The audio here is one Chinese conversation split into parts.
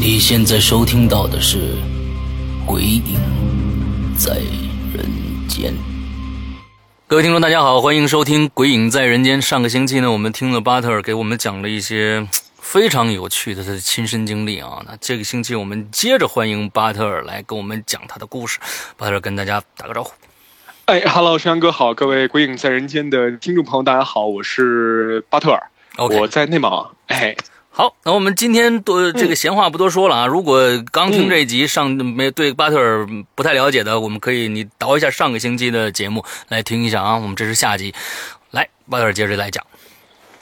你现在收听到的是《鬼影在人间》。各位听众，大家好，欢迎收听《鬼影在人间》。上个星期呢，我们听了巴特尔给我们讲了一些非常有趣的他的亲身经历啊。那这个星期我们接着欢迎巴特尔来跟我们讲他的故事。巴特尔跟大家打个招呼。哎哈喽，山哥好，各位《鬼影在人间》的听众朋友，大家好，我是巴特尔 OK，我在内蒙。哎，好，那我们今天多这个闲话不多说了啊。如果刚听这嗯一集上没对巴特尔不太了解的，我们可以你倒一下上个星期的节目来听一下啊。我们这是下集，来巴特尔接着来讲。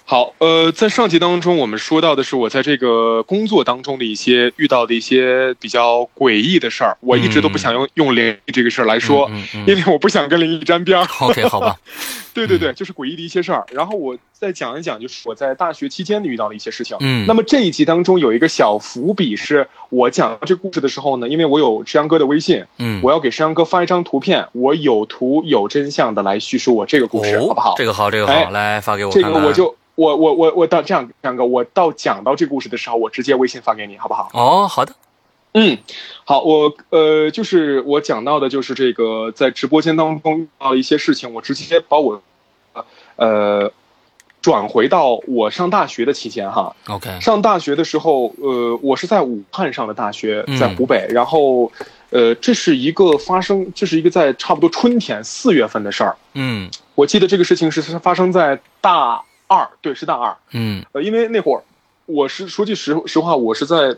好，呃，在上集当中，我们说到的是我在这个工作当中的一些遇到的一些比较诡异的事儿。我一直都不想用、用灵异这个事儿来说，嗯嗯因为我不想跟灵异沾边儿。 OK，好吧，对对对，就是诡异的一些事儿。然后我再讲一讲，就是我在大学期间遇到的一些事情。嗯那么这一集当中有一个小伏笔，是我讲这故事的时候呢，因为我有山羊哥的微信，嗯，我要给山羊哥发一张图片，我有图有真相的来叙述我这个故事，哦好不好？这个好，这个哎好，来发给我这看个看。我就我我我我到这样，山羊哥，我到讲到这故事的时候，我直接微信发给你，好不好？哦，好的，嗯，好，我呃，就是我讲到的，就是这个在直播间当中遇到的一些事情，我直接把我呃转回到我上大学的期间哈。 OK，上大学的时候，呃，我是在武汉上的大学嗯，在湖北，然后呃，这是一个发生，这是一个在差不多春天四月份的事儿。嗯我记得这个事情是是发生在大二，对，是大二。嗯呃，因为那会儿我是说句实实话，我是在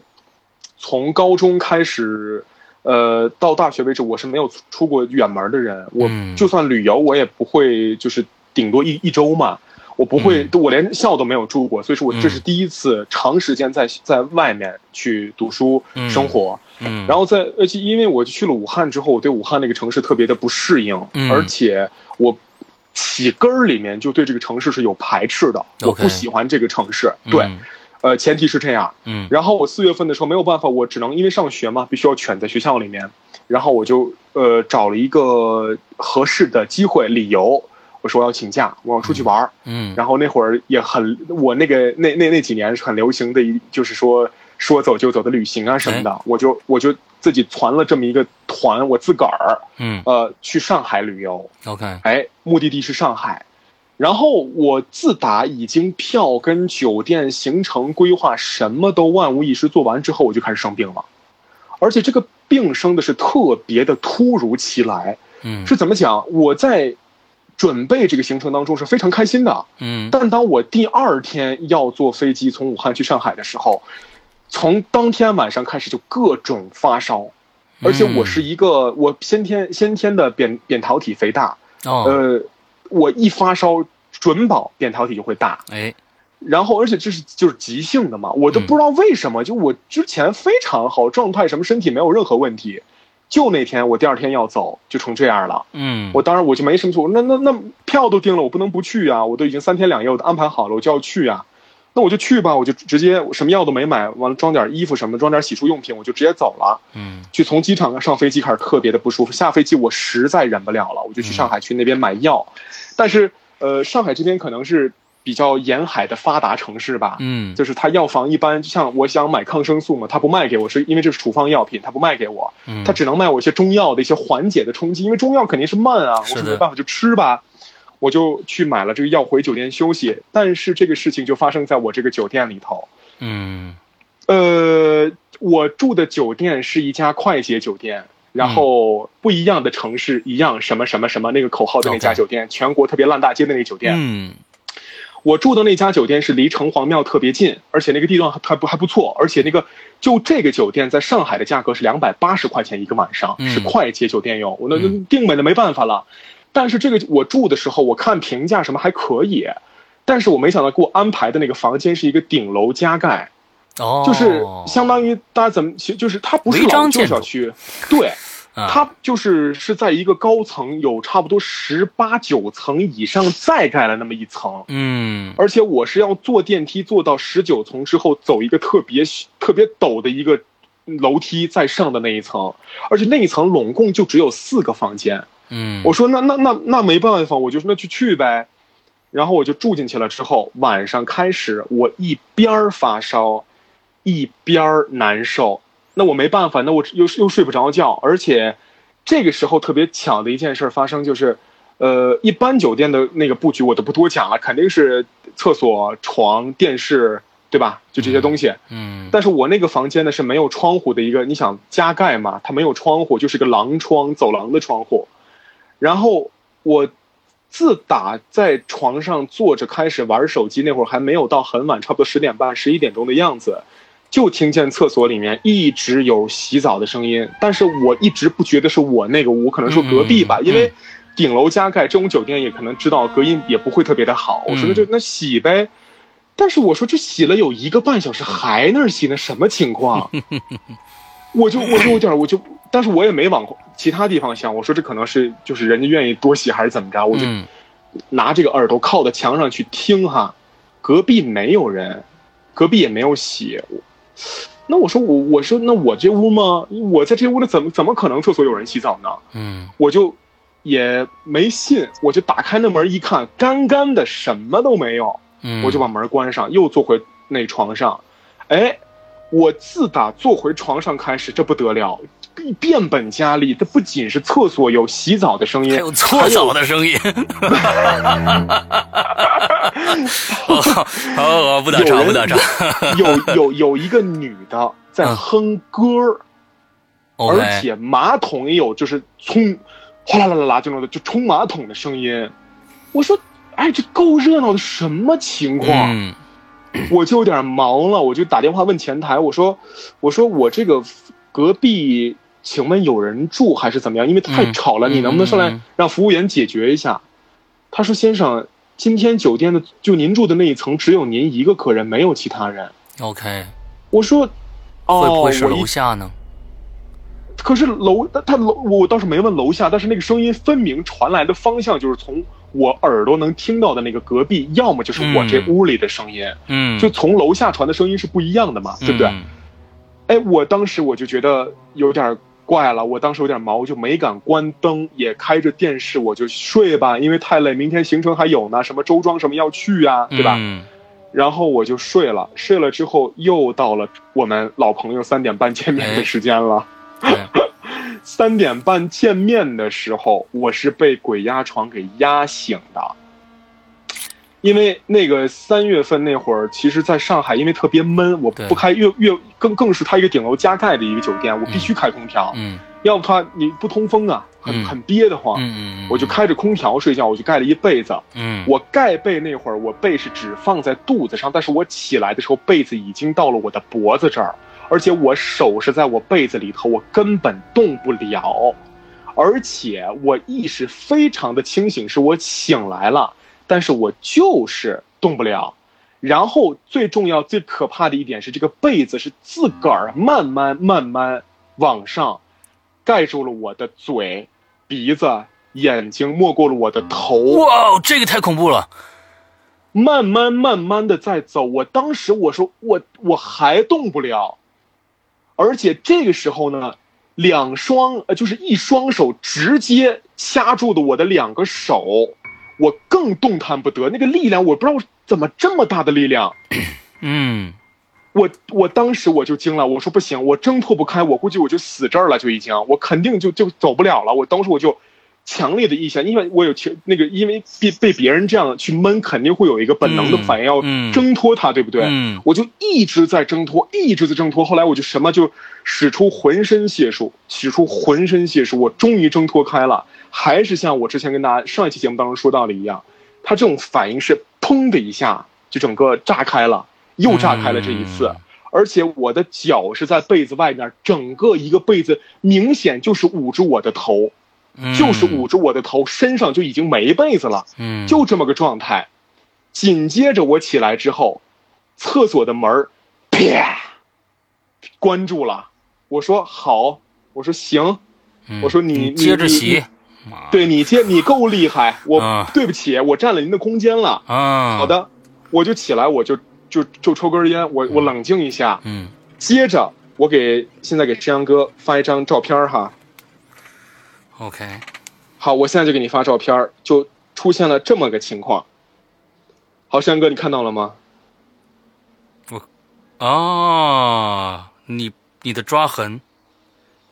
从高中开始，呃，到大学为止，我是没有出出过远门的人。我嗯就算旅游，我也不会就是顶多一一周嘛。我不嗯会，我连校都没有住过，所以说我这是第一次长时间在在外面去读书、嗯生活。嗯，然后在而且因为我去了武汉之后，我对武汉那个城市特别的不适应，嗯而且我起根儿里面就对这个城市是有排斥的，我 OK 不喜欢这个城市。对，嗯呃，前提是这样。嗯然后我四月份的时候没有办法，我只能因为上学嘛，必须要卷在学校里面。然后我就呃找了一个合适的机会理由，我说我要请假，我要出去玩儿。嗯，然后那会儿也很，我那个那那那几年是很流行的一，就是说说走就走的旅行啊什么哎的，我就我就自己攒了这么一个团，我自个儿嗯呃去上海旅游， OK，哎，目的地是上海。然后我自打已经票跟酒店行程规划什么都万无一失做完之后，我就开始生病了，而且这个病生的是特别的突如其来，嗯是怎么讲？我在准备这个行程当中是非常开心的，嗯但当我第二天要坐飞机从武汉去上海的时候，从当天晚上开始就各种发烧，而且我是一个我先天先天的扁扁桃体肥大，哦，呃，我一发烧准保扁桃体就会大，哎然后而且这是就是急性的嘛，我都不知道为什么，就我之前非常好，状态什么身体没有任何问题，就那天我第二天要走就成这样了。嗯我当然我就没什么错，那那那票都订了，我不能不去啊！我都已经三天两夜我都安排好了，我就要去啊。那我就去吧，我就直接什么药都没买，完了装点衣服什么，装点洗漱用品，我就直接走了。嗯就从机场上飞机开始特别的不舒服，下飞机我实在忍不了了，我就去上海去那边买药。但是呃，上海这边可能是比较沿海的发达城市吧，嗯就是它药房一般像我想买抗生素嘛，它不卖给我，是因为这是处方药品，它不卖给我。嗯，他只能卖我一些中药的一些缓解的冲剂，因为中药肯定是慢啊，我是的说没办法就吃吧，我就去买了这个药回酒店休息。但是这个事情就发生在我这个酒店里头，嗯呃，我住的酒店是一家快捷酒店。然嗯后不一样的城市，一样什么什么什么那个口号的那家 OK 酒店，全国特别烂大街的那个酒店，嗯我住的那家酒店是离城隍庙特别近，而且那个地段还还不还不错，而且那个就这个酒店在上海的价格是两百八十块钱一个晚上，嗯是快捷酒店用，我那那嗯定位的没办法了。但是这个我住的时候，我看评价什么还可以，但是我没想到给我安排的那个房间是一个顶楼加盖，哦，就是相当于大家怎么，其实就是它不是违章老旧建筑小区，对，啊它就是是在一个高层，有差不多十八九层以上再盖了那么一层，嗯而且我是要坐电梯坐到十九层之后，走一个特别特别陡的一个楼梯再上的那一层，而且那一层拢共就只有四个房间，嗯，我说那那那那没办法，我就说那就去呗。然后我就住进去了。之后晚上开始，我一边儿发烧，一边儿难受。那我没办法，那我又又睡不着觉，而且这个时候特别巧的一件事儿发生，就是，呃，一般酒店的那个布局我都不多讲了，肯定是厕所、床、电视，对吧？就这些东西。嗯但是我那个房间呢是没有窗户的一个，你想加盖嘛，它没有窗户，就是个廊窗，走廊的窗户。然后我自打在床上坐着开始玩手机那会儿，还没有到很晚，差不多十点半、十一点钟的样子，就听见厕所里面一直有洗澡的声音。但是我一直不觉得是我那个屋，可能是隔壁吧，嗯嗯因为顶楼加盖这种酒店也可能知道隔音也不会特别的好。我说那就那洗呗。但是我说这洗了有一个半小时，还那儿洗呢，什么情况？啊 我就我就有点我就，但是我也没往其他地方想，我说这可能是就是人家愿意多洗还是怎么着，我就嗯拿这个耳朵靠在墙上去听哈，隔壁没有人，隔壁也没有洗。我那我说我我说那我这屋吗？我在这屋里怎么怎么可能厕所有人洗澡呢？嗯我就也没信，我就打开那门一看，干干的什么都没有。嗯，我就把门关上，又坐回那床上。哎，我自打坐回床上开始，这不得了，变本加厉。它不仅是厕所有洗澡的声音，还有搓澡的 声音，哦好好好，不打有岔人不打岔 有有有一个女的在嗯哼歌儿，而，OK，且马桶也有就是冲，哗啦啦啦啦这种的，就冲马桶的声音。我说，哎，这够热闹的，什么情况？嗯我就有点忙了，我就打电话问前台，我说，我说我这个隔壁，请问有人住还是怎么样？因为太吵了，嗯你能不能上嗯嗯来嗯让服务员解决一下？他说：“先生，今天酒店的就您住的那一层只有您一个客人，没有其他人。 ，OK，” 我说：“会哦，不我会是一楼下呢？可是楼他他楼我倒是没问楼下，但是那个声音分明传来的方向就是从我耳朵能听到的那个隔壁，要么就是我这屋里的声音，嗯，就从楼下传的声音是不一样的嘛，对不对？嗯哎，我当时我就觉得有点怪了，我当时有点毛，我就没敢关灯，也开着电视，我就睡吧，因为太累，明天行程还有呢，什么周庄什么要去啊，对吧？ 嗯然后我就睡了，睡了之后又到了我们老朋友三点半见面的时间了。对，三点半见面的时候，我是被鬼压床给压醒的，因为那个三月份那会儿，其实在上海，因为特别闷，我对不开越越更更是它一个顶楼加盖的一个酒店，我必须开空调，嗯要不它你不通风啊，很嗯很憋得嗯慌。嗯，嗯我就，开着空调睡觉，我就盖了一被子。嗯，我盖被那会儿，我被是只放在肚子上，但是我起来的时候，被子已经到了我的脖子这儿，而且我手是在我被子里头，我根本动不了。而且我意识非常的清醒，是我醒来了，但是我就是动不了。然后最重要、最可怕的一点是，这个被子是自个儿慢慢慢慢往上盖住了我的嘴、鼻子、眼睛，没过了我的头。哇，这个太恐怖了，慢慢慢慢的在走。我当时我说我我还动不了，而且这个时候呢，两双呃就是一双手直接掐住的我的两个手，我更动弹不得。那个力量我不知道怎么这么大的力量，嗯我我当时我就惊了，我说不行，我挣脱不开，我估计我就死这儿了，就已经，我肯定就就走不了了。我当时我就强烈的意向，因为我有情那个，因为被被别人这样去闷，肯定会有一个本能的反应要嗯挣脱它，对不对？嗯我就一直在挣脱，一直在挣脱。后来我就什么就使出浑身解数，使出浑身解数，我终于挣脱开了。还是像我之前跟大家上一期节目当中说到的一样，它这种反应是砰砰的一下就整个炸开了，又炸开了这一次。嗯而且我的脚是在被子外面，整个一个被子明显就是捂住我的头，嗯就是捂住我的头，身上就已经没被子了，嗯，就这么个状态。紧接着我起来之后，厕所的门儿啪关住了。我说好，我说行，嗯我说你接着你洗你，对你接你够厉害，我、啊对不起，我占了您的空间了。啊，好，的，我就起来，我就就就抽根烟，我我冷静一下。嗯，接着，我给现在给山羊哥发一张照片儿哈。 OK，好，我现在就给你发照片儿，就出现了这么个情况。好，山羊哥，你看到了吗？哦，你你的抓痕，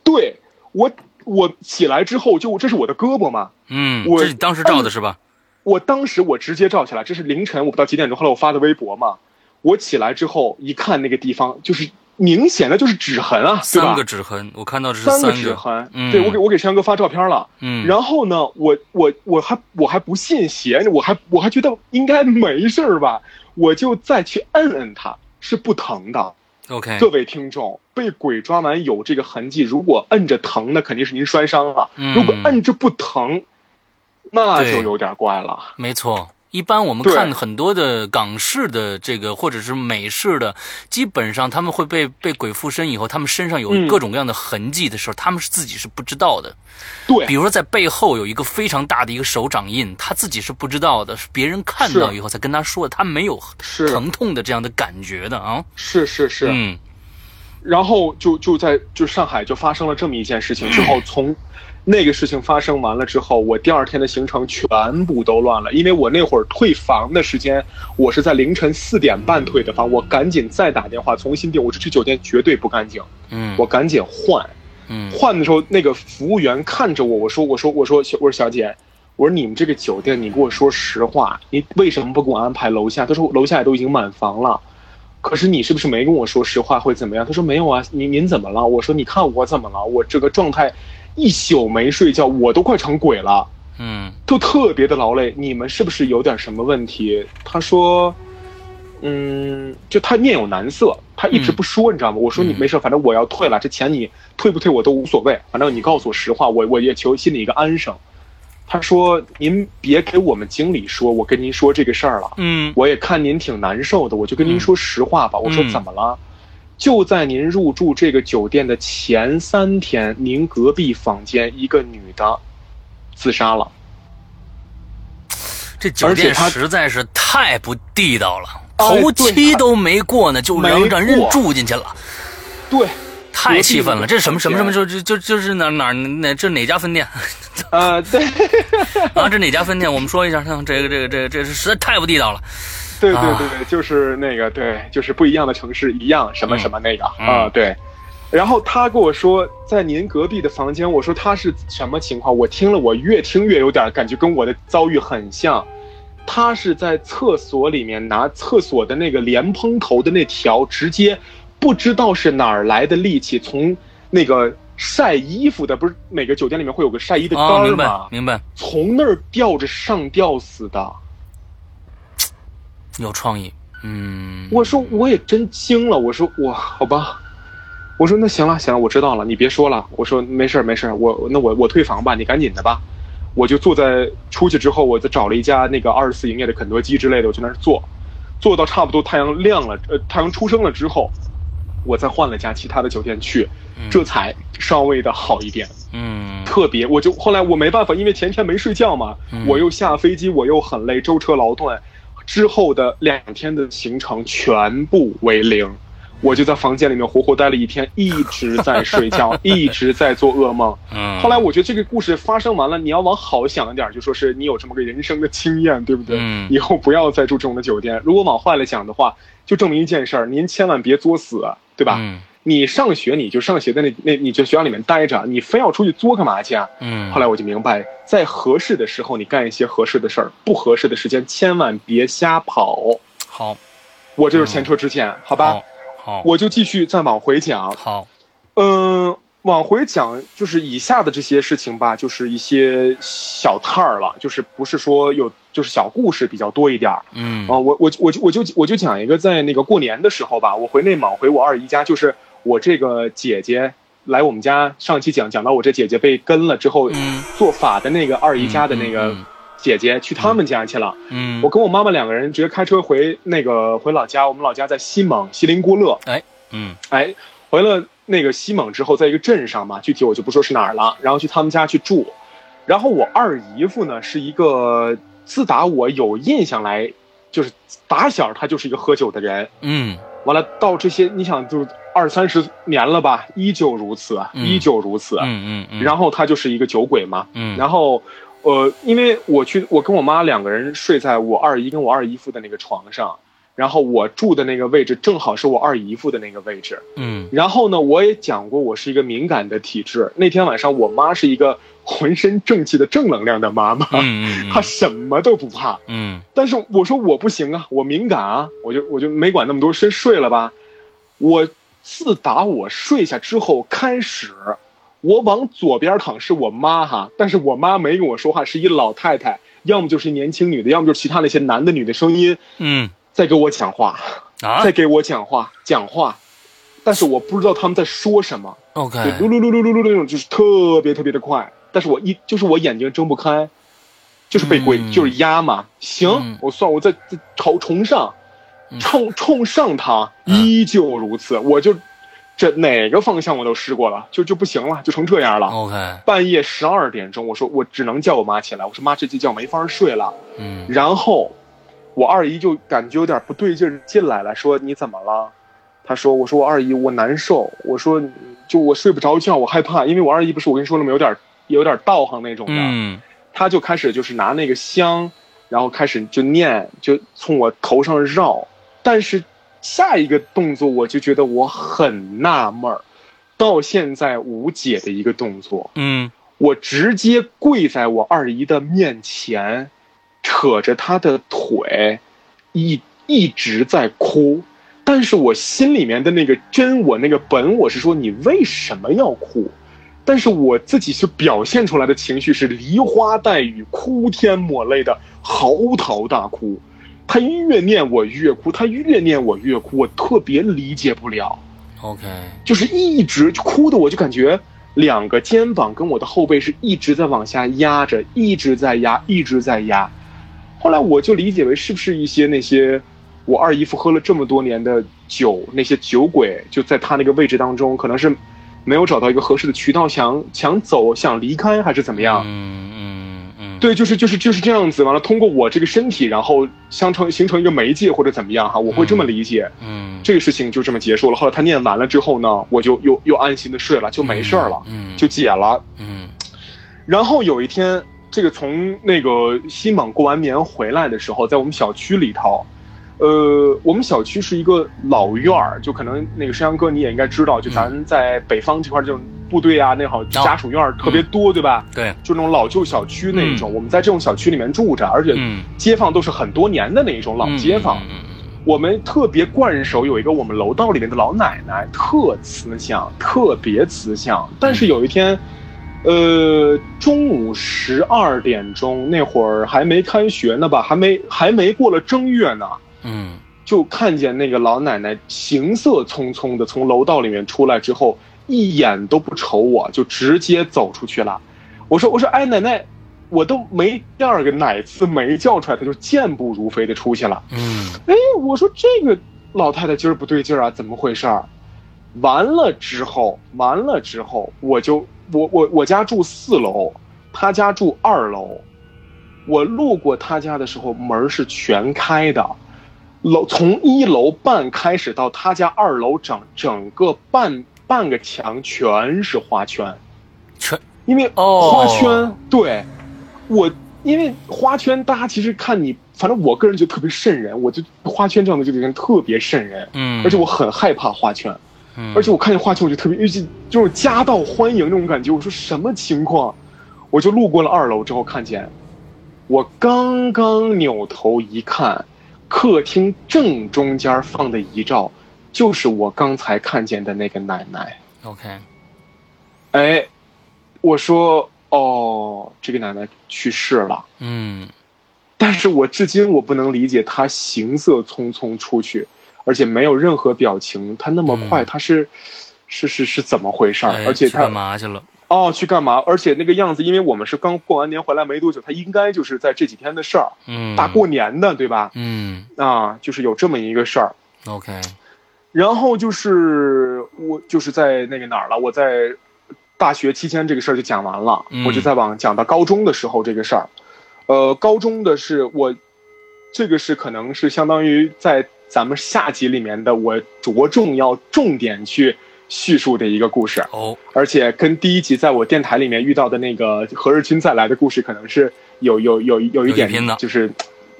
对我，我起来之后就这是我的胳膊嘛，嗯，我这是你当时照的是吧？我当时我直接照起来，这是凌晨我不知道几点钟，后来我发的微博嘛。我起来之后一看那个地方，就是明显的就是指痕啊，对三吧个？指痕，我看到这是三个指，痕，嗯对我给我给山羊哥发照片了。嗯，然后呢，我我我还我还不信邪，我还我还觉得应该没事儿吧，我就再去摁摁它，是不疼的。 OK，各位听众，被鬼抓完有这个痕迹，如果摁着疼，那肯定是您摔伤了；嗯如果摁着不疼，那对就有点怪了。没错。一般我们对看很多的港式的这个或者是美式的，基本上他们会被被鬼附身以后，他们身上有嗯各种各样的痕迹的时候，他们是自己是不知道的。对比，如说在背后有一个非常大的一个手掌印，他自己是不知道的，是别人看是到以后才跟他说的，他没有是疼痛的这样的感觉的啊。是是是。嗯然后就就在就上海就发生了这么一件事情之嗯后，从那个事情发生完了之后，我第二天的行程全部都乱了，因为我那会儿退房的时间，我是在凌晨四点半退的房，我赶紧再打电话重新订，我这这酒店绝对不干净，嗯，我赶紧换。嗯换的时候，那个服务员看着我，我说我说我说小我说小姐，我说你们这个酒店，你给我说实话，你为什么不给我安排楼下？他说楼下也都已经满房了。可是你是不是没跟我说实话会怎么样？他说没有啊，您您怎么了？我说你看我怎么了？我这个状态，一宿没睡觉，我都快成鬼了，嗯都特别的劳累。你们是不是有点什么问题？他说，嗯，就他面有难色，他一直嗯不说，你知道吗？我说你嗯没事，反正我要退了，这钱你退不退我都无所谓，反正你告诉我实话，我我也求心里一个安生。他说：“您别给我们经理说，我跟您说这个事儿了。嗯我也看您挺难受的，我就跟您说实话吧。我说怎么了？就在您入住这个酒店的前三天，您隔壁房间一个女的自杀了。这酒而且店他实在是太不地道了，哎头对七他都没过呢，就没让让人过住进去了， 对，太多气地愤了。道的这什么什么什么房就就就就是哪哪哪这哪家分 店呃，对，啊？这哪家分店？我们说一下，像这个这个这个这个实在太不地 道了。对对啊对对，就是那个，对，就是不一样的城市一样什么什么那个啊、嗯对。然后他跟我说，在您隔壁的房间，我说他是什么情况？我听了，我越听越有点感觉跟我的遭遇很像。他是在厕所里面拿厕所的那个莲蓬头的那条，直接不知道是哪儿来的力气，从那个晒衣服的，不是每个酒店里面会有个晒衣的杆啊，儿明吗？白明白，从那儿吊着上吊死的。有创意。嗯，我说我也真惊了，我说我好吧，我说那行了行了，我知道了，你别说了，我说没事儿没事儿，我那我我退房吧，你赶紧的吧。我就坐在出去之后，我就找了一家那个二十四营业的肯德基之类的，我去那儿坐，坐到差不多太阳亮了，呃，太阳出升了之后，我再换了家其他的酒店去，这才稍微的好一点。嗯特别，我就后来我没办法，因为前天没睡觉嘛，嗯我又下飞机，我又很累，舟车劳顿，之后的两天的行程全部为零，我就在房间里面活活待了一天，一直在 睡觉，一直在做噩梦。嗯，后来我觉得这个故事发生完了，你要往好想一点，就说是你有这么个人生的经验，对不对？嗯以后不要再住这种的酒店。如果往坏了想的话，就证明一件事儿，您千万别作死，对吧？嗯你上学你就上学在那那你就学校里面待着，你非要出去作干嘛去啊？嗯，后来我就明白，在合适的时候你干一些合适的事儿，不合适的时间千万别瞎跑。好，我这就是前车之鉴，好吧嗯好？，好，我就继续再往回讲。好，嗯，往回讲就是以下的这些事情吧，就是一些小探儿了，就是不是说有就是小故事比较多一点儿。嗯啊，我我我就我就我就讲一个，在那个过年的时候吧，我回内蒙回我二姨家，就是我这个姐姐来我们家，上期讲讲到我这姐姐被跟了之后，嗯做法的那个二姨家的那嗯个嗯姐姐去他们家去了。嗯，我跟我妈妈两个人直接开车回那个回老家，我们老家在西蒙锡林郭勒，嗯哎，回了那个西蒙之后，在一个镇上嘛，具体我就不说是哪儿了，然后去他们家去住。然后我二姨夫呢是一个，自打我有印象来，就是打小他就是一个喝酒的人，嗯完了到这些你想就是二三十年了吧，依旧如此，啊嗯依旧如此。嗯嗯，然后他就是一个酒鬼嘛，嗯，然后，呃，因为我去，我跟我妈两个人睡在我二姨跟我二姨夫的那个床上，然后我住的那个位置正好是我二姨夫的那个位置。嗯然后呢，我也讲过我是一个敏感的体质。那天晚上，我妈是一个浑身正气的正能量的妈妈，嗯她什么都不怕。嗯但是我说我不行啊，我敏感啊，我就我就没管那么多，先睡了吧。我自打我睡下之后开始，我往左边躺是我妈哈，但是我妈没跟我说话，是一老太太，要么就是年轻女的，要么就是其他那些男的女的声音嗯在给我讲话，啊在给我讲话讲话，但是我不知道他们在说什么， ，OK，就噜噜噜噜噜噜那种，就是特别特别的快，但是我一就是我眼睛睁不开，就是被鬼、嗯就是压嘛。行，嗯我算我再再朝冲上，嗯冲冲上它，嗯依旧如此，我就这哪个方向我都试过了，就就不行了，就成这样了。 OK，半夜十二点钟，我说我只能叫我妈起来，我说妈，这这觉没法睡了。嗯然后我二姨就感觉有点不对劲儿进来了，说你怎么了？她说：“我说我二姨，我难受。我说，就我睡不着觉，我害怕，因为我二姨不是我跟你说了吗？有点有点道行那种的。嗯她就开始就是拿那个香，然后开始就念，就从我头上绕。但是下一个动作，我就觉得我很纳闷儿，到现在无解的一个动作。嗯我直接跪在我二姨的面前，扯着她的腿，一一直在哭。但是我心里面的那个真我那个本我是说你为什么要哭？但是我自己是表现出来的情绪是梨花带雨、哭天抹泪的嚎啕大哭。她越念我越哭，她越念我越哭，我特别理解不了。 ，OK，就是一直哭的，我就感觉两个肩膀跟我的后背是一直在往下压着，一直在压，一直在压。后来我就理解为是不是一些那些我二姨夫喝了这么多年的酒，那些酒鬼就在他那个位置当中，可能是没有找到一个合适的渠道想想走，想离开还是怎么样？嗯嗯嗯，，对，就是就是就是这样子。完了，通过我这个身体，然后相成形成一个媒介或者怎么样哈，我会这么理解。嗯，这个事情就这么结束了。后来他念完了之后呢，我就又又安心的睡了，就没事儿了，嗯，就解了。嗯然后有一天，这个从那个西蒙过完年回来的时候，在我们小区里头，呃，我们小区是一个老院儿，就可能那个山羊哥你也应该知道，就嗯咱在北方这块儿这种部队啊，那好家属院儿特别多，对吧？对，就那种老旧小区那一种，我们在这种小区里面住着，而且嗯，街坊都是很多年的那一种老街坊。嗯我们特别惯手有一个我们楼道里面的老奶奶，特慈祥，特别慈祥。但是有一天，呃，中午十二点钟那会儿还没开学呢吧，还没还没过了正月呢，嗯就看见那个老奶奶行色匆匆的从楼道里面出来之后，一眼都不瞅我，就直接走出去了。我说我说哎奶奶，我都没第二个奶字没叫出来，她就健步如飞的出去了。嗯哎，我说这个老太太今儿不对劲儿啊，怎么回事儿？完了之后，完了之后，我就我我我家住四楼，她家住二楼。我路过她家的时候，门儿是全开的，楼从一楼半开始到她家二楼整整个半半个墙全是花圈，全因为哦花圈、对我，因为花圈大家其实看你，反正我个人觉得特别瘆人，我就花圈这样的这个人特别瘆人，嗯，而且我很害怕花圈，而且我看见花圈我就特别，尤其这种夹道欢迎那种感觉，我说什么情况？我就路过了二楼之后看见，我刚刚扭头一看，客厅正中间放的遗照，就是我刚才看见的那个奶奶。 OK，哎，我说哦，这个奶奶去世了。嗯但是我至今我不能理解他行色匆匆出去，而且没有任何表情，他那么快，嗯他是是是是怎么回事儿？哎而且去干他嘛去了？哦去干嘛？而且那个样子，因为我们是刚过完年回来没多久，他应该就是在这几天的事儿，嗯，大过年的对吧？嗯啊，就是有这么一个事儿。 ，OK，然后就是我就是在那个哪儿了，我在大学期间这个事儿就讲完了，嗯我就再往讲到高中的时候这个事儿。呃，高中的是我这个是可能是相当于在咱们下集里面的我着重要重点去叙述的一个故事，哦，而且跟第一集在我电台里面遇到的那个何日君再来的故事，可能是有有有有一有一点拼的就是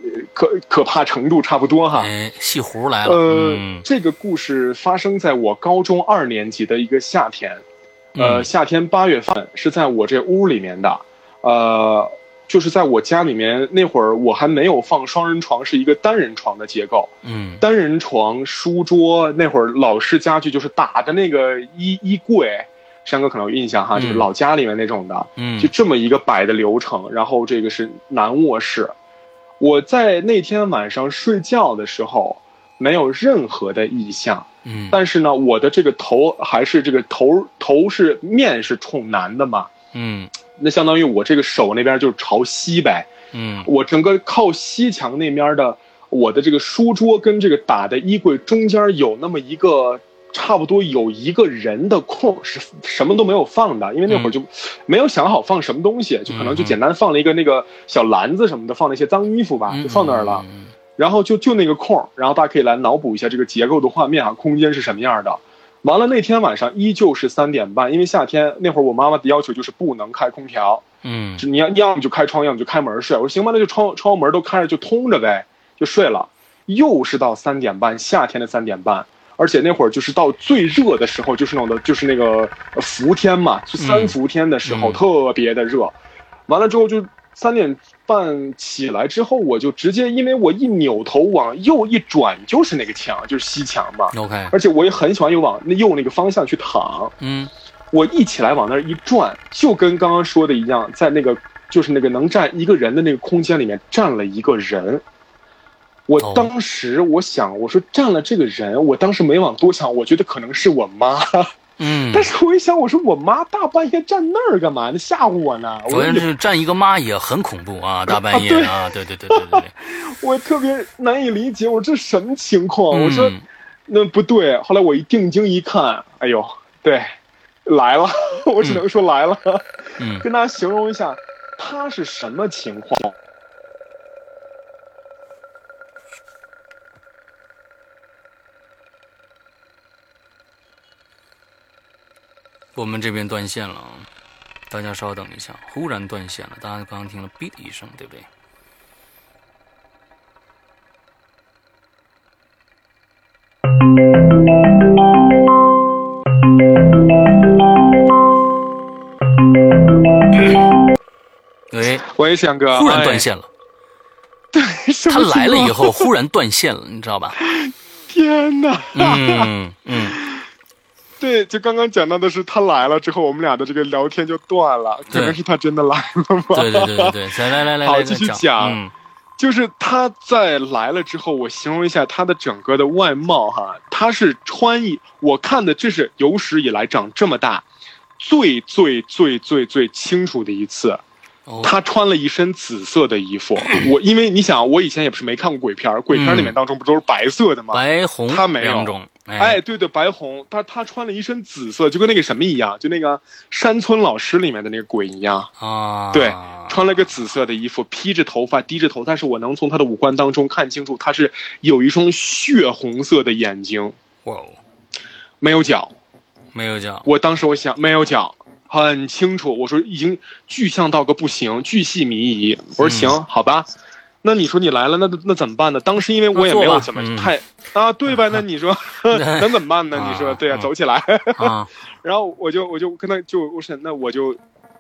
呃可可怕程度差不多哈。哎，戏胡来了，啊呃，嗯这个故事发生在我高中二年级的一个夏天，呃，嗯夏天八月份是在我这屋里面的，呃，就是在我家里面那会儿，我还没有放双人床，是一个单人床的结构，嗯单人床、书桌，那会儿老式家具就是打的那个衣衣柜，山哥可能有印象哈，嗯就是老家里面那种的，嗯就这么一个摆的流程。然后这个是男卧室，我在那天晚上睡觉的时候没有任何的异象，嗯但是呢，我的这个头还是这个头头是面是冲南的嘛，嗯那相当于我这个手那边就是朝西呗，嗯我整个靠西墙那边的我的这个书桌跟这个打的衣柜中间有那么一个。差不多有一个人的空是什么都没有放的，因为那嗯会儿就没有想好放什么东西，就可能就简单放了一个那个小篮子什么的，放了一些脏衣服吧，嗯，就放那儿了。嗯，然后就就那个空儿，然后大家可以来脑补一下这个结构的画面啊，空间是什么样的。完了那天晚上依旧是三点半，因为夏天那会儿我妈妈的要求就是不能开空调，嗯就你要要么就开窗，要么就开门睡。我说行吧，那就窗窗户门都开着就通着呗，就睡了。又是到三点半，夏天的三点半，而且那会儿就是到最热的时候，就是那种的，就是那个呃伏天嘛，就三伏天的时候、嗯特别的热。完了之后就三点半起来之后，我就直接因为我一扭头往右一转，就是那个墙，就是西墙嘛。嗯，OK，而且我也很喜欢有往那右那个方向去躺，嗯我一起来往那儿一转，就跟刚刚说的一样，在那个就是那个能站一个人的那个空间里面站了一个人。我哦当时我想，我说站了这个人，我当时没往多想，我觉得可能是我妈。嗯但，是我一想，我说我妈大半夜站那儿干嘛呢？吓唬我呢？我昨说天你是站一个妈也很恐怖啊，大半夜啊，对对对对对对，我特别难以理解，我说这什么情况？哦我说嗯那不对。后来我一定睛一看，哎呦，对，来了， 我只能说来了。嗯跟大家形容一下，他是什么情况？我们这边断线了，啊，大家稍等一下，忽然断线了，大家刚刚听了哔的一声，对不对？嗯哎，喂，翔哥，忽然断 线了。哎，什他么情来了况以， 后，忽然断线了，你知道吧？天哪！嗯嗯，对，就刚刚讲到的是他来了之后，我们俩的这个聊天就断了，对可能是他真的来了吧？对对对对对， 来来来来好来，继续讲，讲嗯就是他在来了之后，我形容一下他的整个的外貌哈，他是穿一，我看的这是有史以来长这么大，最最最最最清楚的一次，哦他穿了一身紫色的 衣服。我因为你想，我以前也不是没看过鬼片儿，鬼片儿里面当中不都是白色的嗯吗？白红他没有两种，哎，，对对，白红，他他穿了一身紫色，就跟那个什么一样，就那个山村老师里面的那个鬼一样。啊，对，穿了个紫色的衣服，披着头发，低着头，但是我能从他的五官当中看清楚，他是有一双血红色的眼睛，哇哦，没有脚。没有讲，我当时我想，没有脚，很清楚。我说已经具象到个不行，巨细靡遗。我说行，嗯好吧。那你说你来了，那那怎么办呢？当时因为我也没有怎么那做吧嗯太、啊，对吧？那 你说能怎么办呢？你说啊对呀、嗯走起来。 啊，然后我就我就跟他就我说那我就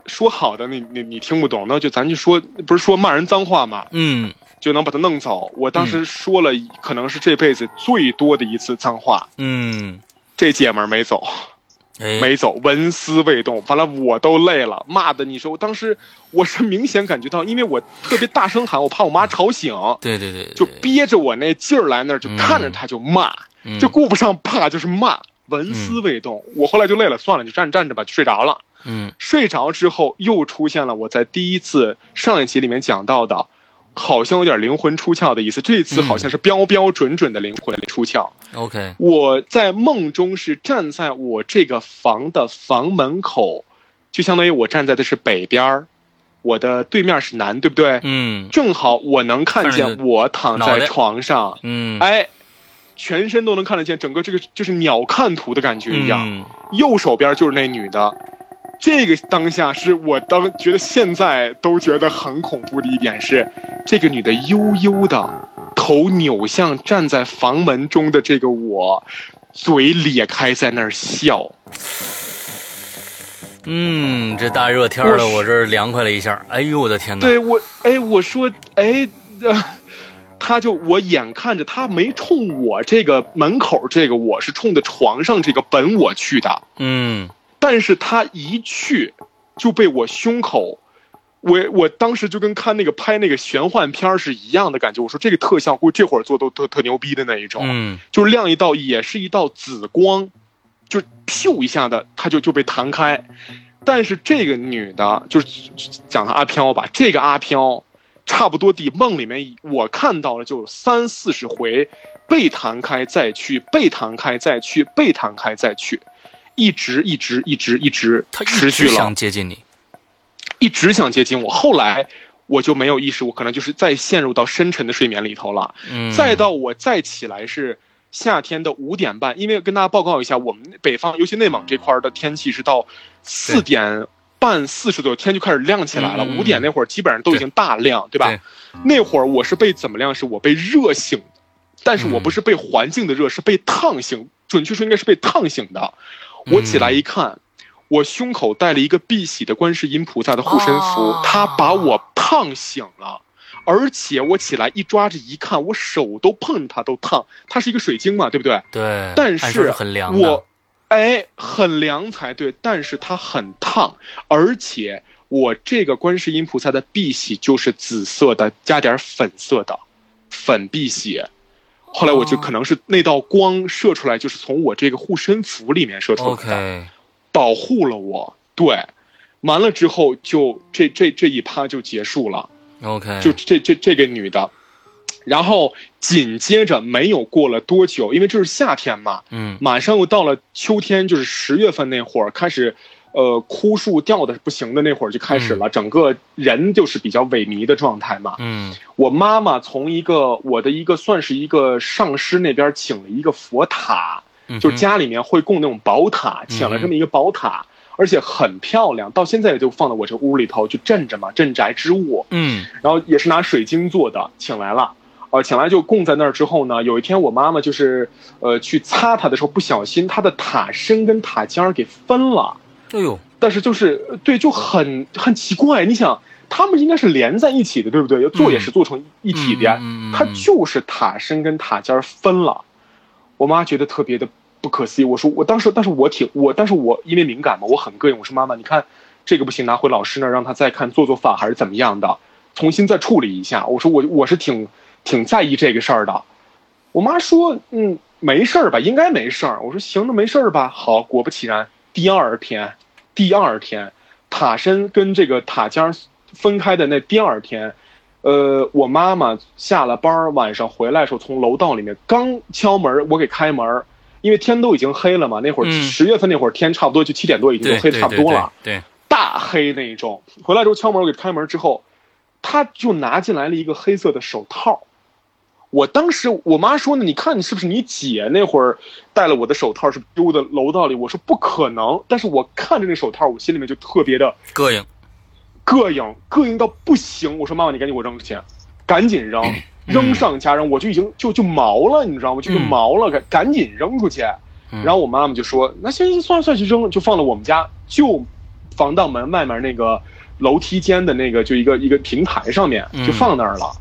说好的，你你你听不懂，那就咱就说不是说骂人脏话嘛，嗯就能把他弄走。我当时说了，可能是这辈子最多的一次脏话，嗯，这姐们儿没走，哎，没走，纹丝未动。完了，我都累了，骂的你说，我当时我是明显感觉到，因为我特别大声喊，我怕我妈吵醒，对对对，对就憋着我那劲儿来那儿，就看着她就骂，嗯就顾不上怕，就是骂，纹丝未动。我后来就累了，算了，就站站着吧，就睡着了。嗯睡着之后又出现了我在第一次上一集里面讲到的，好像有点灵魂出窍的意思。这次好嗯像是标标准准的灵魂出窍。 ，OK，我在梦中是站在我这个房的房门口，就相当于我站在的是北边儿，我的对面是南，对不对？嗯正好我能看看着见你我躺脑在袋床上，嗯，哎，全身都能看得见，整个这个就是鸟瞰图的感觉一样。嗯右手边就是那女的。这个当下是我当觉得现在都觉得很恐怖的一点是，这个女的悠悠的头扭向站在房门中的这个我，嘴咧开在那儿笑。嗯，这大热天的，我是我这儿凉快了一下。哎呦，我的天哪！对我，哎，我说，哎，呃，他就我眼看着他没冲我这个门口这个我是冲着床上这个本我去的，嗯但是他一去就被我胸口，我我当时就跟看那个拍那个玄幻片儿是一样的感觉。我说这个特效估计这会儿做都特特牛逼的那一种，嗯就是亮一道也是一道紫光，就咻一下的，他就就被弹开。但是这个女的，就是讲她阿飘吧，这个阿飘，差不多地梦里面我看到了就有三四十回，被弹开再去，被弹开再去，被弹开再去，一直一直一直一直他一持直续了想接近你。一直想接近我，后来我就没有意识，我可能就是再陷入到深沉的睡眠里头了。嗯，再到我再起来是夏天的五点半，因为跟大家报告一下，我们北方，尤其内蒙这块儿的天气是到四点半四十左右，天就开始亮起来了。嗯嗯嗯五点那会儿基本上都已经大亮，对吧？对那会儿我是被怎么亮？是我被热醒，但是我嗯不是被环境的热，是被烫醒。准确说应该是被烫醒的。我起嗯来一看，我胸口戴了一个碧玺的观世音菩萨的护身符哦，它把我烫醒了。而且我起来一抓着一看，我手都碰着它都烫，它是一个水晶嘛，对不对？对，但按是说是很凉的。我，哎，很凉才对，但是它很烫，而且我这个观世音菩萨的碧玺就是紫色的，加点粉色的粉碧玺。后来我就哦可能是那道光射出来，就是从我这个护身符里面射出来的 OK，保护了我。对，完了之后就这这这一趴就结束了。 OK，就这这这个女的，然后紧接着没有过了多久，因为这是夏天嘛，嗯马上又到了秋天，就是十月份那会儿开始，呃，枯树掉的不行的那会儿就开始了，整个人就是比较萎靡的状态嘛。嗯我妈妈从一个我的一个算是一个上师那边请了一个佛塔，嗯，就是家里面会供那种宝塔，请了这么一个宝塔，而且很漂亮，到现在也就放在我这屋里头，就镇着嘛，镇宅之物。嗯然后也是拿水晶做的，请来了。呃，请来就供在那儿之后呢，有一天我妈妈就是，呃，去擦它的时候不小心，它的塔身跟塔尖儿给分了。哎呦，但是就是呃对，就很很奇怪。你想，他们应该是连在一起的，对不对？做也是做成一体的呀，嗯嗯嗯嗯它就是塔身跟塔尖儿分了。我妈觉得特别的不可思议。我说我当时，但是我挺我，但是我因为敏感嘛，我很膈应。我说妈妈，你看这个不行，拿回老师那儿让他再看做做法还是怎么样的，重新再处理一下。我说我我是挺挺在意这个事儿的。我妈说，嗯，没事儿吧，应该没事儿。我说行，那没事儿吧。好，果不其然，第二天，第二天，塔身跟这个塔尖儿分开的那第二天，呃，我妈妈下了班儿晚上回来的时候，从楼道里面刚敲门儿，我给开门儿，因为天都已经黑了嘛。那会儿嗯十月份那会儿天差不多就七点多已经对都黑对得对差不多了，对，对大黑那一种。回来之后敲门，我给开门之后，他就拿进来了一个黑色的手套。我当时我妈说呢，你看你是不是你姐那会儿戴了我的手套是丢的楼道里？我说不可能，但是我看着那手套，我心里面就特别的膈应。膈应，膈应到不行。我说妈妈，你赶紧给我扔出去，赶紧扔，嗯扔上加扔，我就已经就就毛了，你知道吗？就就嗯毛了，赶赶紧扔出去。嗯然后我妈妈就说：“那行行，算了算了，就扔了，就放到我们家就防盗门外面那个楼梯间的那个就一个一个平台上面，嗯就放那儿了。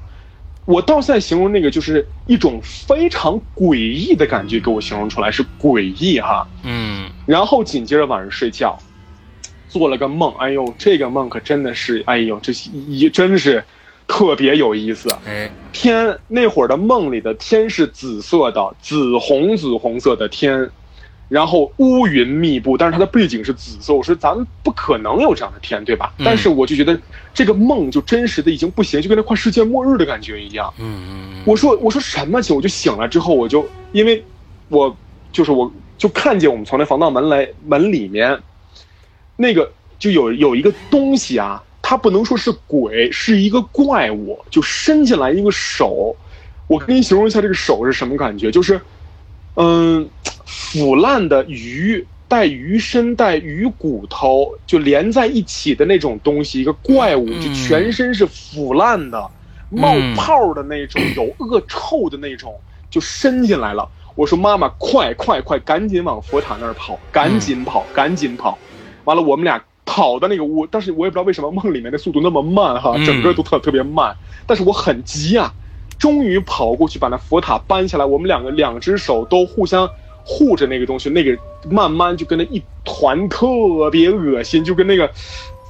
我到现在形容那个就是一种非常诡异的感觉，给我形容出来是诡异哈。嗯然后紧接着晚上睡觉，做了个梦，哎呦，这个梦可真的是，哎呦，这一真是特别有意思。哎，天那会儿的梦里的天是紫色的，紫红紫红色的天，然后乌云密布，但是它的背景是紫色。我说咱们不可能有这样的天，对吧？嗯但是我就觉得这个梦就真实的已经不行，就跟那快世界末日的感觉一样。嗯嗯嗯，我说我说什么酒？我就醒了之后，我就因为我就是我就看见我们从那防盗门来门里面，那个就有有一个东西啊，它不能说是鬼，是一个怪物，就伸进来一个手。我跟您形容一下这个手是什么感觉，就是嗯，腐烂的鱼。带鱼身、带鱼骨头就连在一起的那种东西，一个怪物，就嗯全身是腐烂的，冒嗯泡的那种，有恶臭的那种，就伸进来了。我说妈妈，快快快，赶紧往佛塔那儿跑，赶紧跑，赶紧跑。完了，我们俩跑到那个屋，但是我也不知道为什么梦里面的速度那么慢哈，嗯整个都特特别慢。但是我很急啊，终于跑过去把那佛塔搬下来，我们两个两只手都互相护着那个东西，那个慢慢就跟那一团特别恶心，就跟那个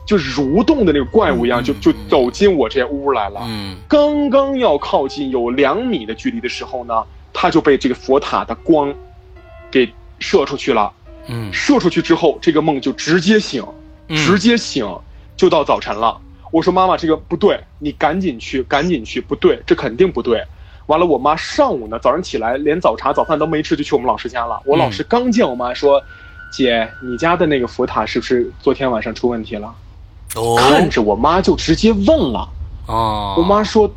就蠕动的那个怪物一样，嗯就就走进我这屋来了。嗯刚刚要靠近有两米的距离的时候呢，他就被这个佛塔的光给射出去了。嗯射出去之后，这个梦就直接醒，嗯，直接醒，就到早晨了。我说妈妈，这个不对，你赶紧去，赶紧去，不对，这肯定不对。完了，我妈上午呢，早上起来连早茶、早饭都没吃，就去我们老师家嗯了。我老师刚见我妈说：“姐，你家的那个佛塔是不是昨天晚上出问题了？”哦看着我妈就直接问了。哦，我妈说，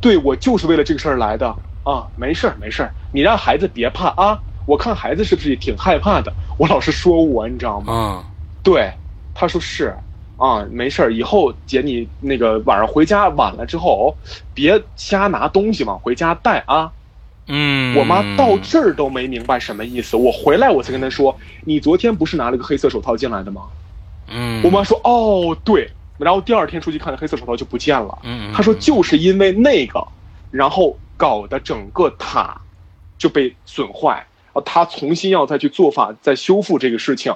对我就是为了这个事儿来的啊，没事儿没事儿，你让孩子别怕啊。我看孩子是不是也挺害怕的？我老是说我，你知道吗？嗯对，她说是啊，没事儿，以后姐你那个晚上回家晚了之后，哦别瞎拿东西往回家带啊。嗯，我妈到这儿都没明白什么意思，我回来我才跟她说，你昨天不是拿了个黑色手套进来的吗？嗯，我妈说哦对，然后第二天出去看黑色手套就不见了。嗯，嗯，他说就是因为那个，然后搞得整个塔就被损坏，然后他重新要再去做法再修复这个事情，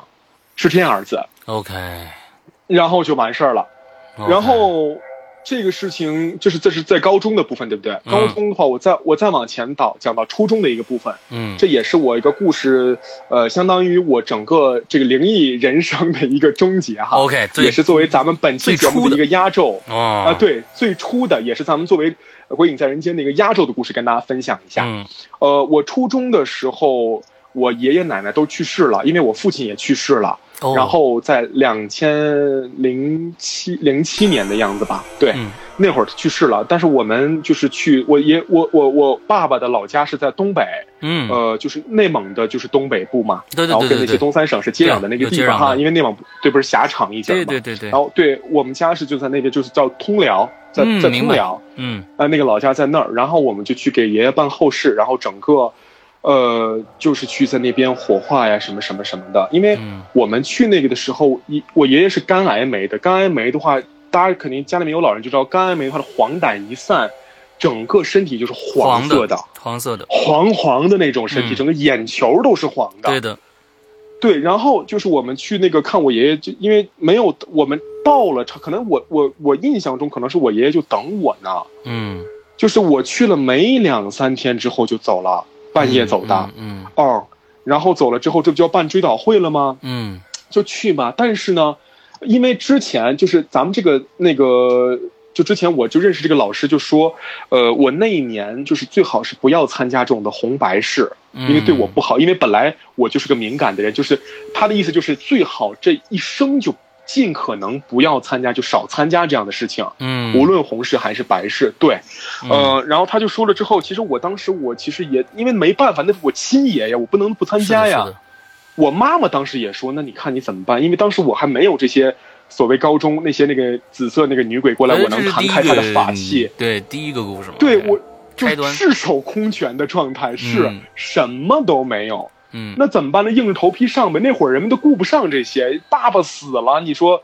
是这样子， OK，然后就完事儿了。然后这个事情就是这是在高中的部分，对不对？嗯高中的话，我再我再往前倒讲到初中的一个部分，嗯这也是我一个故事，呃，相当于我整个这个灵异人生的一个终结哈。 OK 最也是作为咱们本期哦最节目初的的一个压轴。哦啊，，对，最初的也是咱们作为呃《鬼影在人间》的一个压轴的故事，跟大家分享一下。嗯呃，我初中的时候，我爷爷奶奶都去世了，因为我父亲也去世了。哦，然后在两千零七零七年的样子吧，对，嗯那会儿去世了。但是我们就是去我爷我我我爸爸的老家是在东北，嗯呃，就是内蒙的，就是东北部嘛，对对对然后对跟对那些东三省是接壤的那对有个地接壤方哈，的因为内蒙对不是狭长一些对嘛，对对对然，后对我们家是就在那边，就是叫通辽，在嗯在明通白辽，嗯啊、那个老家在那儿，然后我们就去给爷爷办后事，然后整个，呃，就是去在那边火化呀，什么什么什么的。因为嗯我们去那个的时候，一我爷爷是肝癌没的，肝癌没的话，大家肯定家里面有老人就知道，肝癌没的话，黄疸一散，整个身体就是黄色的，黄色的，黄黄的那种身嗯体，整个眼球都是黄的。对的，对，然后就是我们去那个看我爷爷，就因为没有我们到了，可能我我我印象中可能是我爷爷就等我呢，嗯，就是我去了没两三天之后就走了，半夜走的，嗯哦，然后走了之后，这不就要办追悼会了吗？嗯就去吧。但是呢，因为之前就是咱们这个那个，就之前我就认识这个老师就说，呃，我那一年就是最好是不要参加这种的红白事，嗯，因为对我不好，因为本来我就是个敏感的人，就是他的意思就是最好这一生就尽可能不要参加，就少参加这样的事情，啊嗯，无论红事还是白事。对，嗯呃，然后他就说了之后，其实我当时我其实也因为没办法，那我亲爷爷，我不能不参加呀。，我妈妈当时也说，那你看你怎么办？因为当时我还没有这些所谓高中那些那个紫色那个女鬼过来，我能弹开她的法器。，嗯对第一个故事嘛，对我。就开端赤手空拳的状态是嗯什么都没有，嗯那怎么办呢？硬着头皮上呗。那会儿人们都顾不上这些，爸爸死了，你说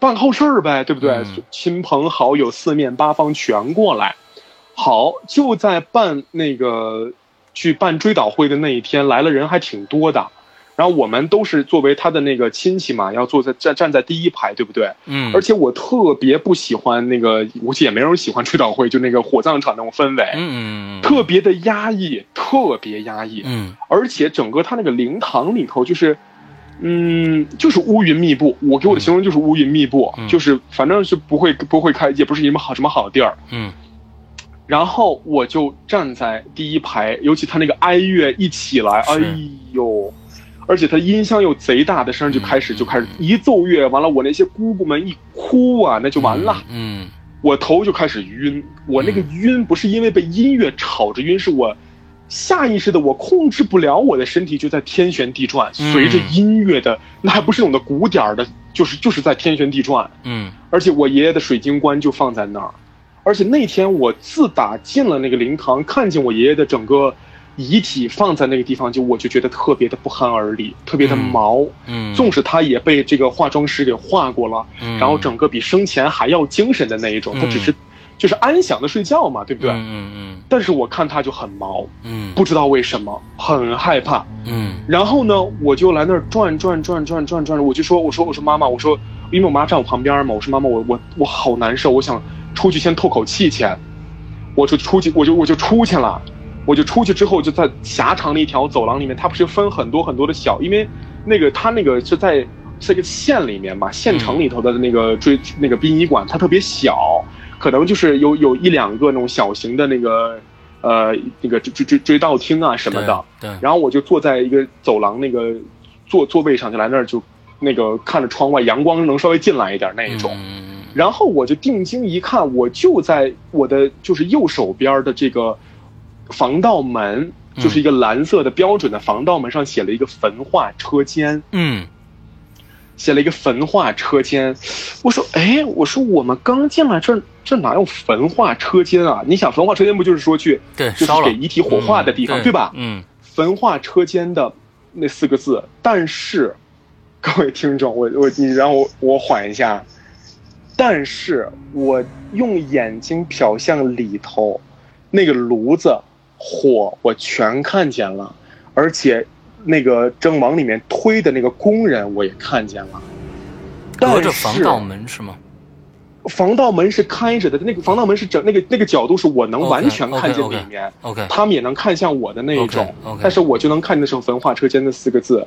办后事儿呗，对不对？嗯亲朋好友四面八方全过来。好，就在办那个去办追悼会的那一天，来了人还挺多的。然然后我们都是作为他的那个亲戚嘛，要坐在站站在第一排，对不对？嗯，而且我特别不喜欢那个，估计也没人喜欢追悼会，就那个火葬场那种氛围，嗯嗯嗯特别的压抑，特别压抑。嗯而且整个他那个灵堂里头就是，嗯，就是乌云密布。我给我的形容就是乌云密布，嗯就是反正是不会不会开，也不是什么好什么好地儿。嗯然后我就站在第一排，尤其他那个哀乐一起来，是哎呦！而且他音箱又贼大的声就开始嗯就开始一奏乐，完了我那些姑姑们一哭啊，那就完了，嗯我头就开始晕。我那个晕不是因为被音乐吵着晕，是我下意识的我控制不了我的身体就在天旋地转，嗯随着音乐的那还不是那种的鼓点儿的，就是就是在天旋地转。嗯而且我爷爷的水晶棺就放在那儿。而且那天我自打进了那个灵堂，看见我爷爷的整个遗体放在那个地方，就我就觉得特别的不寒而栗，特别的毛。嗯，纵使他也被这个化妆师给化过了，嗯然后整个比生前还要精神的那一种，他只是就是安详的睡觉嘛，对不对？嗯嗯但是我看他就很毛，嗯不知道为什么很害怕。嗯然后呢，我就来那儿转转转转转转，我就说，我说我说妈妈，我说因为我妈站我旁边嘛，我说妈妈，我我我好难受，我想出去先透口气去，我就出去，我就我就出去了，我就出去之后就在狭长的一条走廊里面，它不是分很多很多的小，因为那个它那个是在这个县里面嘛，县城里头的那个追那个殡仪馆，它特别小，可能就是有有一两个那种小型的那个呃那个追追追追悼厅啊什么的。对，然后我就坐在一个走廊那个座座位上，就来那儿就那个看着窗外，阳光能稍微进来一点那一种。嗯然后我就定睛一看，我就在我的就是右手边的这个防盗门，嗯就是一个蓝色的标准的防盗门上写了一个焚化车间，嗯写了一个焚化车间。我说，哎，我说我们刚进来这儿这哪有焚化车间啊？你想焚化车间不就是说去对，就是烧了给遗体火化的地方，对吧？嗯焚化车间的那四个字，但是，各位听众，我我你让我我缓一下，但是我用眼睛瞟向里头，那个炉子火我全看见了，而且那个正往里面推的那个工人我也看见了，隔但着是防盗门是吗？防盗门是开着的，那个防盗门是整那个那个角度是我能 OK，完全看见 OK，OK 里面。 OK，他们也能看向我的那一种 OK，OK 但是我就能看见的是“焚化车间”的四个字。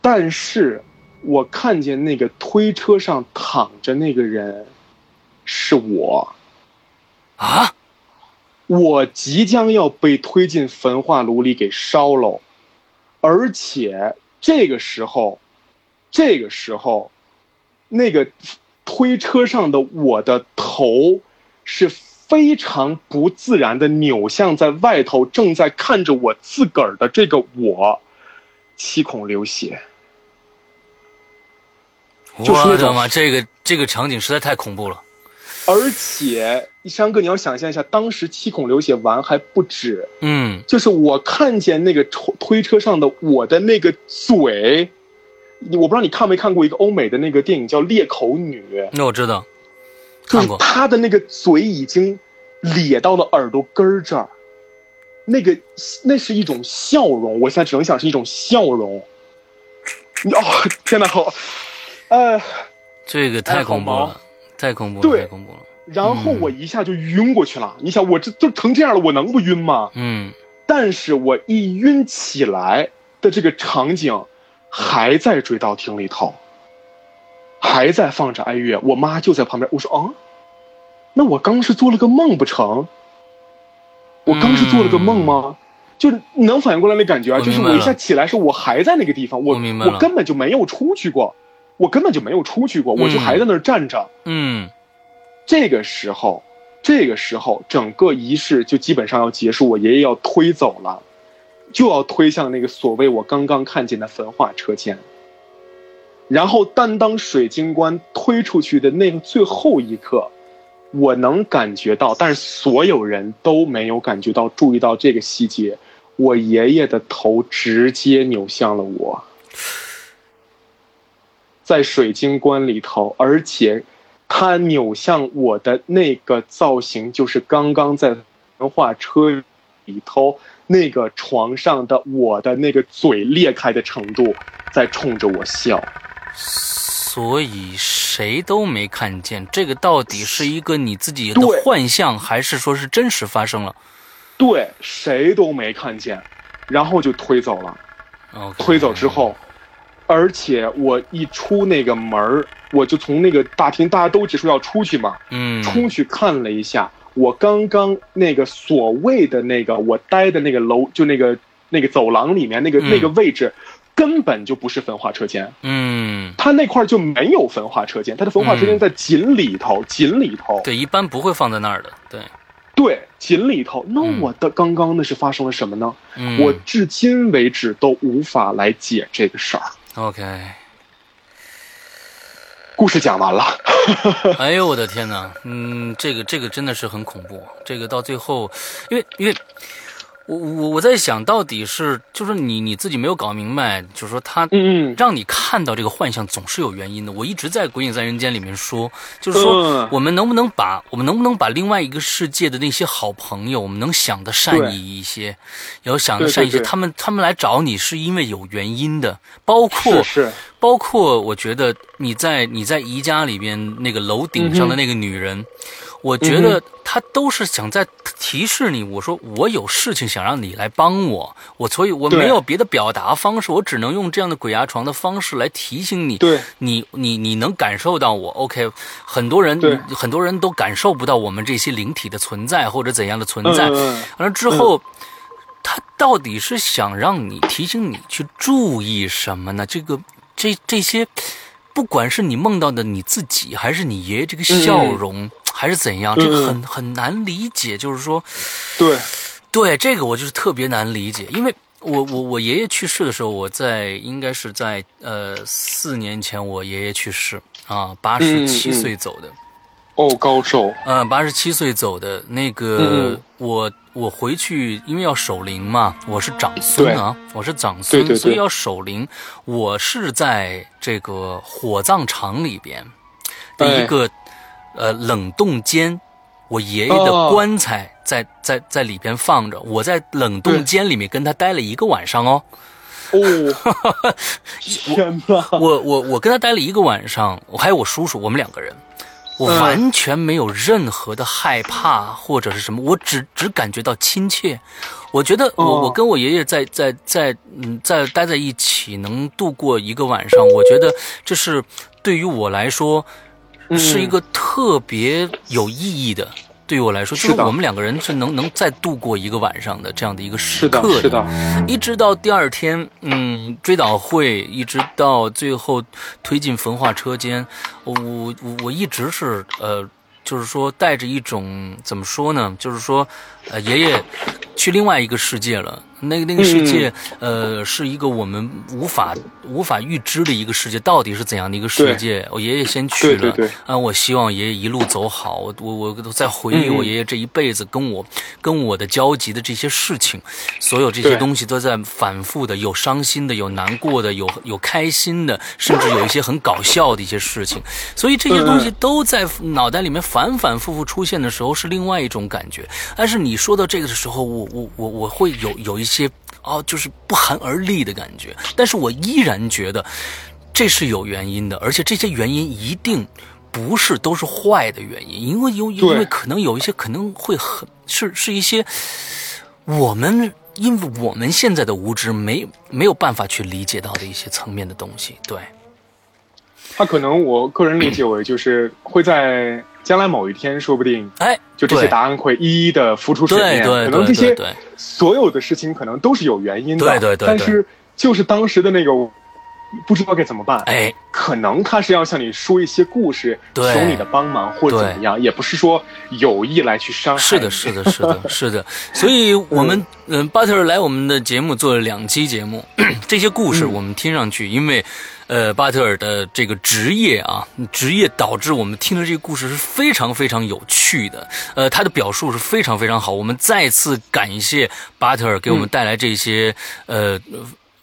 但是，我看见那个推车上躺着那个人，是我，啊，我即将要被推进焚化炉里给烧了，而且这个时候，这个时候，那个推车上的我的头是非常不自然的扭向在外头，正在看着我自个儿的这个我，七孔流血。我的妈，这个这个场景实在太恐怖了。而且，山哥，你要想象一下，当时七孔流血完还不止，嗯就是我看见那个推推车上的我的那个嘴，我不知道你看没看过一个欧美的那个电影叫《裂口女》，那我知道，就看是过她的那个嘴已经咧到了耳朵根儿这儿，那个那是一种笑容，我现在只能想是一种笑容。哦，天哪，好，呃，这个太恐怖了，太恐怖了，太恐怖了。然后嗯我一下就晕过去了。你想，我这都成这样了，我能不晕吗？嗯但是我一晕起来的这个场景，还在追悼厅里头，还在放着哀乐，我妈就在旁边。我说啊，那我刚是做了个梦不成？我刚是做了个梦吗？就是你能反应过来那感觉啊，嗯我就是明白我了一下起来是我还在那个地方，我我明白了根本就没有出去过，我根本就没有出去过，我就嗯还在那儿站着。嗯这个时候，这个时候整个仪式就基本上要结束，我爷爷要推走了，就要推向那个所谓我刚刚看见的焚化车间。然后，但当水晶棺推出去的那个最后一刻，我能感觉到，但是所有人都没有感觉到注意到这个细节。我爷爷的头直接扭向了我。在水晶棺里头，而且他扭向我的那个造型，就是刚刚在文化车里头那个床上的我的那个嘴裂开的程度在冲着我笑。所以谁都没看见，这个到底是一个你自己的对幻象，还是说是真实发生了对，谁都没看见，然后就推走了。 ？OK，推走之后，而且我一出那个门儿，我就从那个大厅，大家都只说要出去嘛，嗯，出去看了一下，我刚刚那个所谓的那个我待的那个楼，就那个那个走廊里面那个、嗯那个位置，根本就不是焚化车间，嗯，它那块儿就没有焚化车间，它的焚化车间在井里头，井里头，对，一般不会放在那儿的，对，对，井里头。那嗯我的刚刚那是发生了什么呢？嗯，我至今为止都无法来解这个事儿。 OK， 故事 讲完了，哎呦我的天哪，嗯，这个这个真的是很恐怖，这个到最后，因为因为。我我我在想到底是就是你你自己没有搞明白，就是说他嗯嗯让你看到这个幻象总是有原因的。我一直在《鬼影在人间》里面说，就是说嗯我们能不能把我们能不能把另外一个世界的那些好朋友，我们能想的善对意一些，要想的对对善意一些，对他们他们来找你是因为有原因的，包括是是，包括我觉得你在你在宜家里边那个楼顶上的那个女人，嗯我觉得她都是想在提示你，我说我有事情想让你来帮我，我所以我对没有别的表达方式，我只能用这样的鬼压床的方式来提醒你。对你你你能感受到我，OK？很多人对很多人都感受不到我们这些灵体的存在或者怎样的存在，嗯嗯嗯完了之后，他到底是想让你提醒你去注意什么呢？这个这这些，不管是你梦到的你自己，还是你爷爷这个笑容，还是怎样，这个嗯很很难理解。就是说，对，对这个我就是特别难理解，因为我我我爷爷去世的时候，我在应该是在呃四年前，我爷爷去世啊，八十七嗯嗯岁走的。哦，高寿，呃，八十七岁走的那个，嗯嗯我我回去，因为要守灵嘛，我是长孙啊，我是长孙，对对对所以要守灵。我是在这个火葬场里边的一个、呃冷冻间，我爷爷的哦棺材在、在在里边放着，我在冷冻对间里面跟他待了一个晚上哦。 哦，天 哪，我我我跟他待了一个晚上，我还有我叔叔，我们两个人，我嗯完全没有任何的害怕或者是什么，我只只感觉到亲切。我觉得我、哦我跟我爷爷在在在嗯在待在一起能度过一个晚上，我觉得这是对于我来说嗯是一个特别有意义的。对于我来说，就是的我们两个人是能能再度过一个晚上的这样的一个时是刻的，是的，一直到第二天，嗯，追悼会，一直到最后推进焚化车间，我我我一直是呃，就是说带着一种怎么说呢，就是说，呃，爷爷去另外一个世界了。那个那个世界，嗯呃，是一个我们无法无法预知的一个世界，到底是怎样的一个世界？我爷爷先去了，对对对啊，我希望爷爷一路走好。我我我都在回忆嗯嗯我爷爷这一辈子跟我、跟我的交集的这些事情，所有这些对东西都在反复的，有伤心的，有难过的，有有开心的，甚至有一些很搞笑的一些事情。所以这些东西都在脑袋里面反反复复出现的时候，是另外一种感觉。但是你说到这个的时候，我我我我会有有一些哦，就是不寒而栗的感觉。但是我依然觉得这是有原因的，而且这些原因一定不是都是坏的原因，因为有因对为可能有一些可能会很是是一些我们。因为我们现在的无知没没有办法去理解到的一些层面的东西，对，他可能我个人理解为就是会在将来某一天，说不定哎，就这些对答案会一一的浮出水对面。对可能对这对些对，所有的事情可能都是有原因的，对对对对但是就是当时的那个不知道该怎么办，哎，可能他是要向你说一些故事，对求你的帮忙或者对怎么样，也不是说有意来去伤害你。是的，是的，是 的，是的。所以，我们嗯，巴特尔来我们的节目做了两期节目， 这些故嗯事我们听上去，因为呃，巴特尔的这个职业啊，职业导致我们听的这个故事是非常非常有趣的。呃，他的表述是非嗯常非常好。我们再次感谢巴特尔给我们带来这些、呃。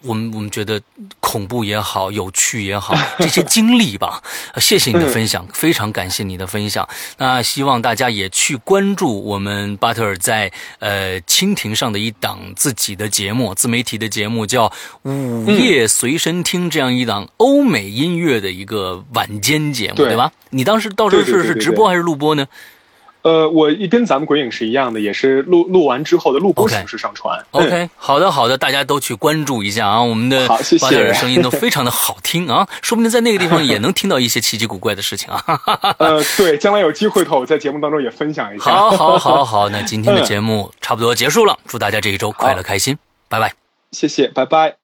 我们我们觉得恐怖也好，有趣也好， 这些经历吧，呃谢谢嗯你的分享，非常感谢你的分享。那希望大家也去关注我们巴特尔在呃蜻蜓上的一档自己的节目，自媒体的节目叫《嗯午夜随身听》，这样一档欧美音乐的一个晚间节目，对对吧？你当时到时候对对是对是对直播还是录播呢？呃，我一跟咱们鬼影是一样的，也是录录完之后的录播 OK 形式上传。嗯 OK，好的好的，大家都去关注一下啊，我们的好谢谢巴特尔声音都非常的好听 啊，说不定在那个地方也能听到一些奇奇古怪的事情啊。呃，对，将来有机会的话，我在节目当中也分享一下。好，好，好，好，那今天的节目差不多结束了，祝大家这一周快乐开心，拜拜。谢谢，拜拜。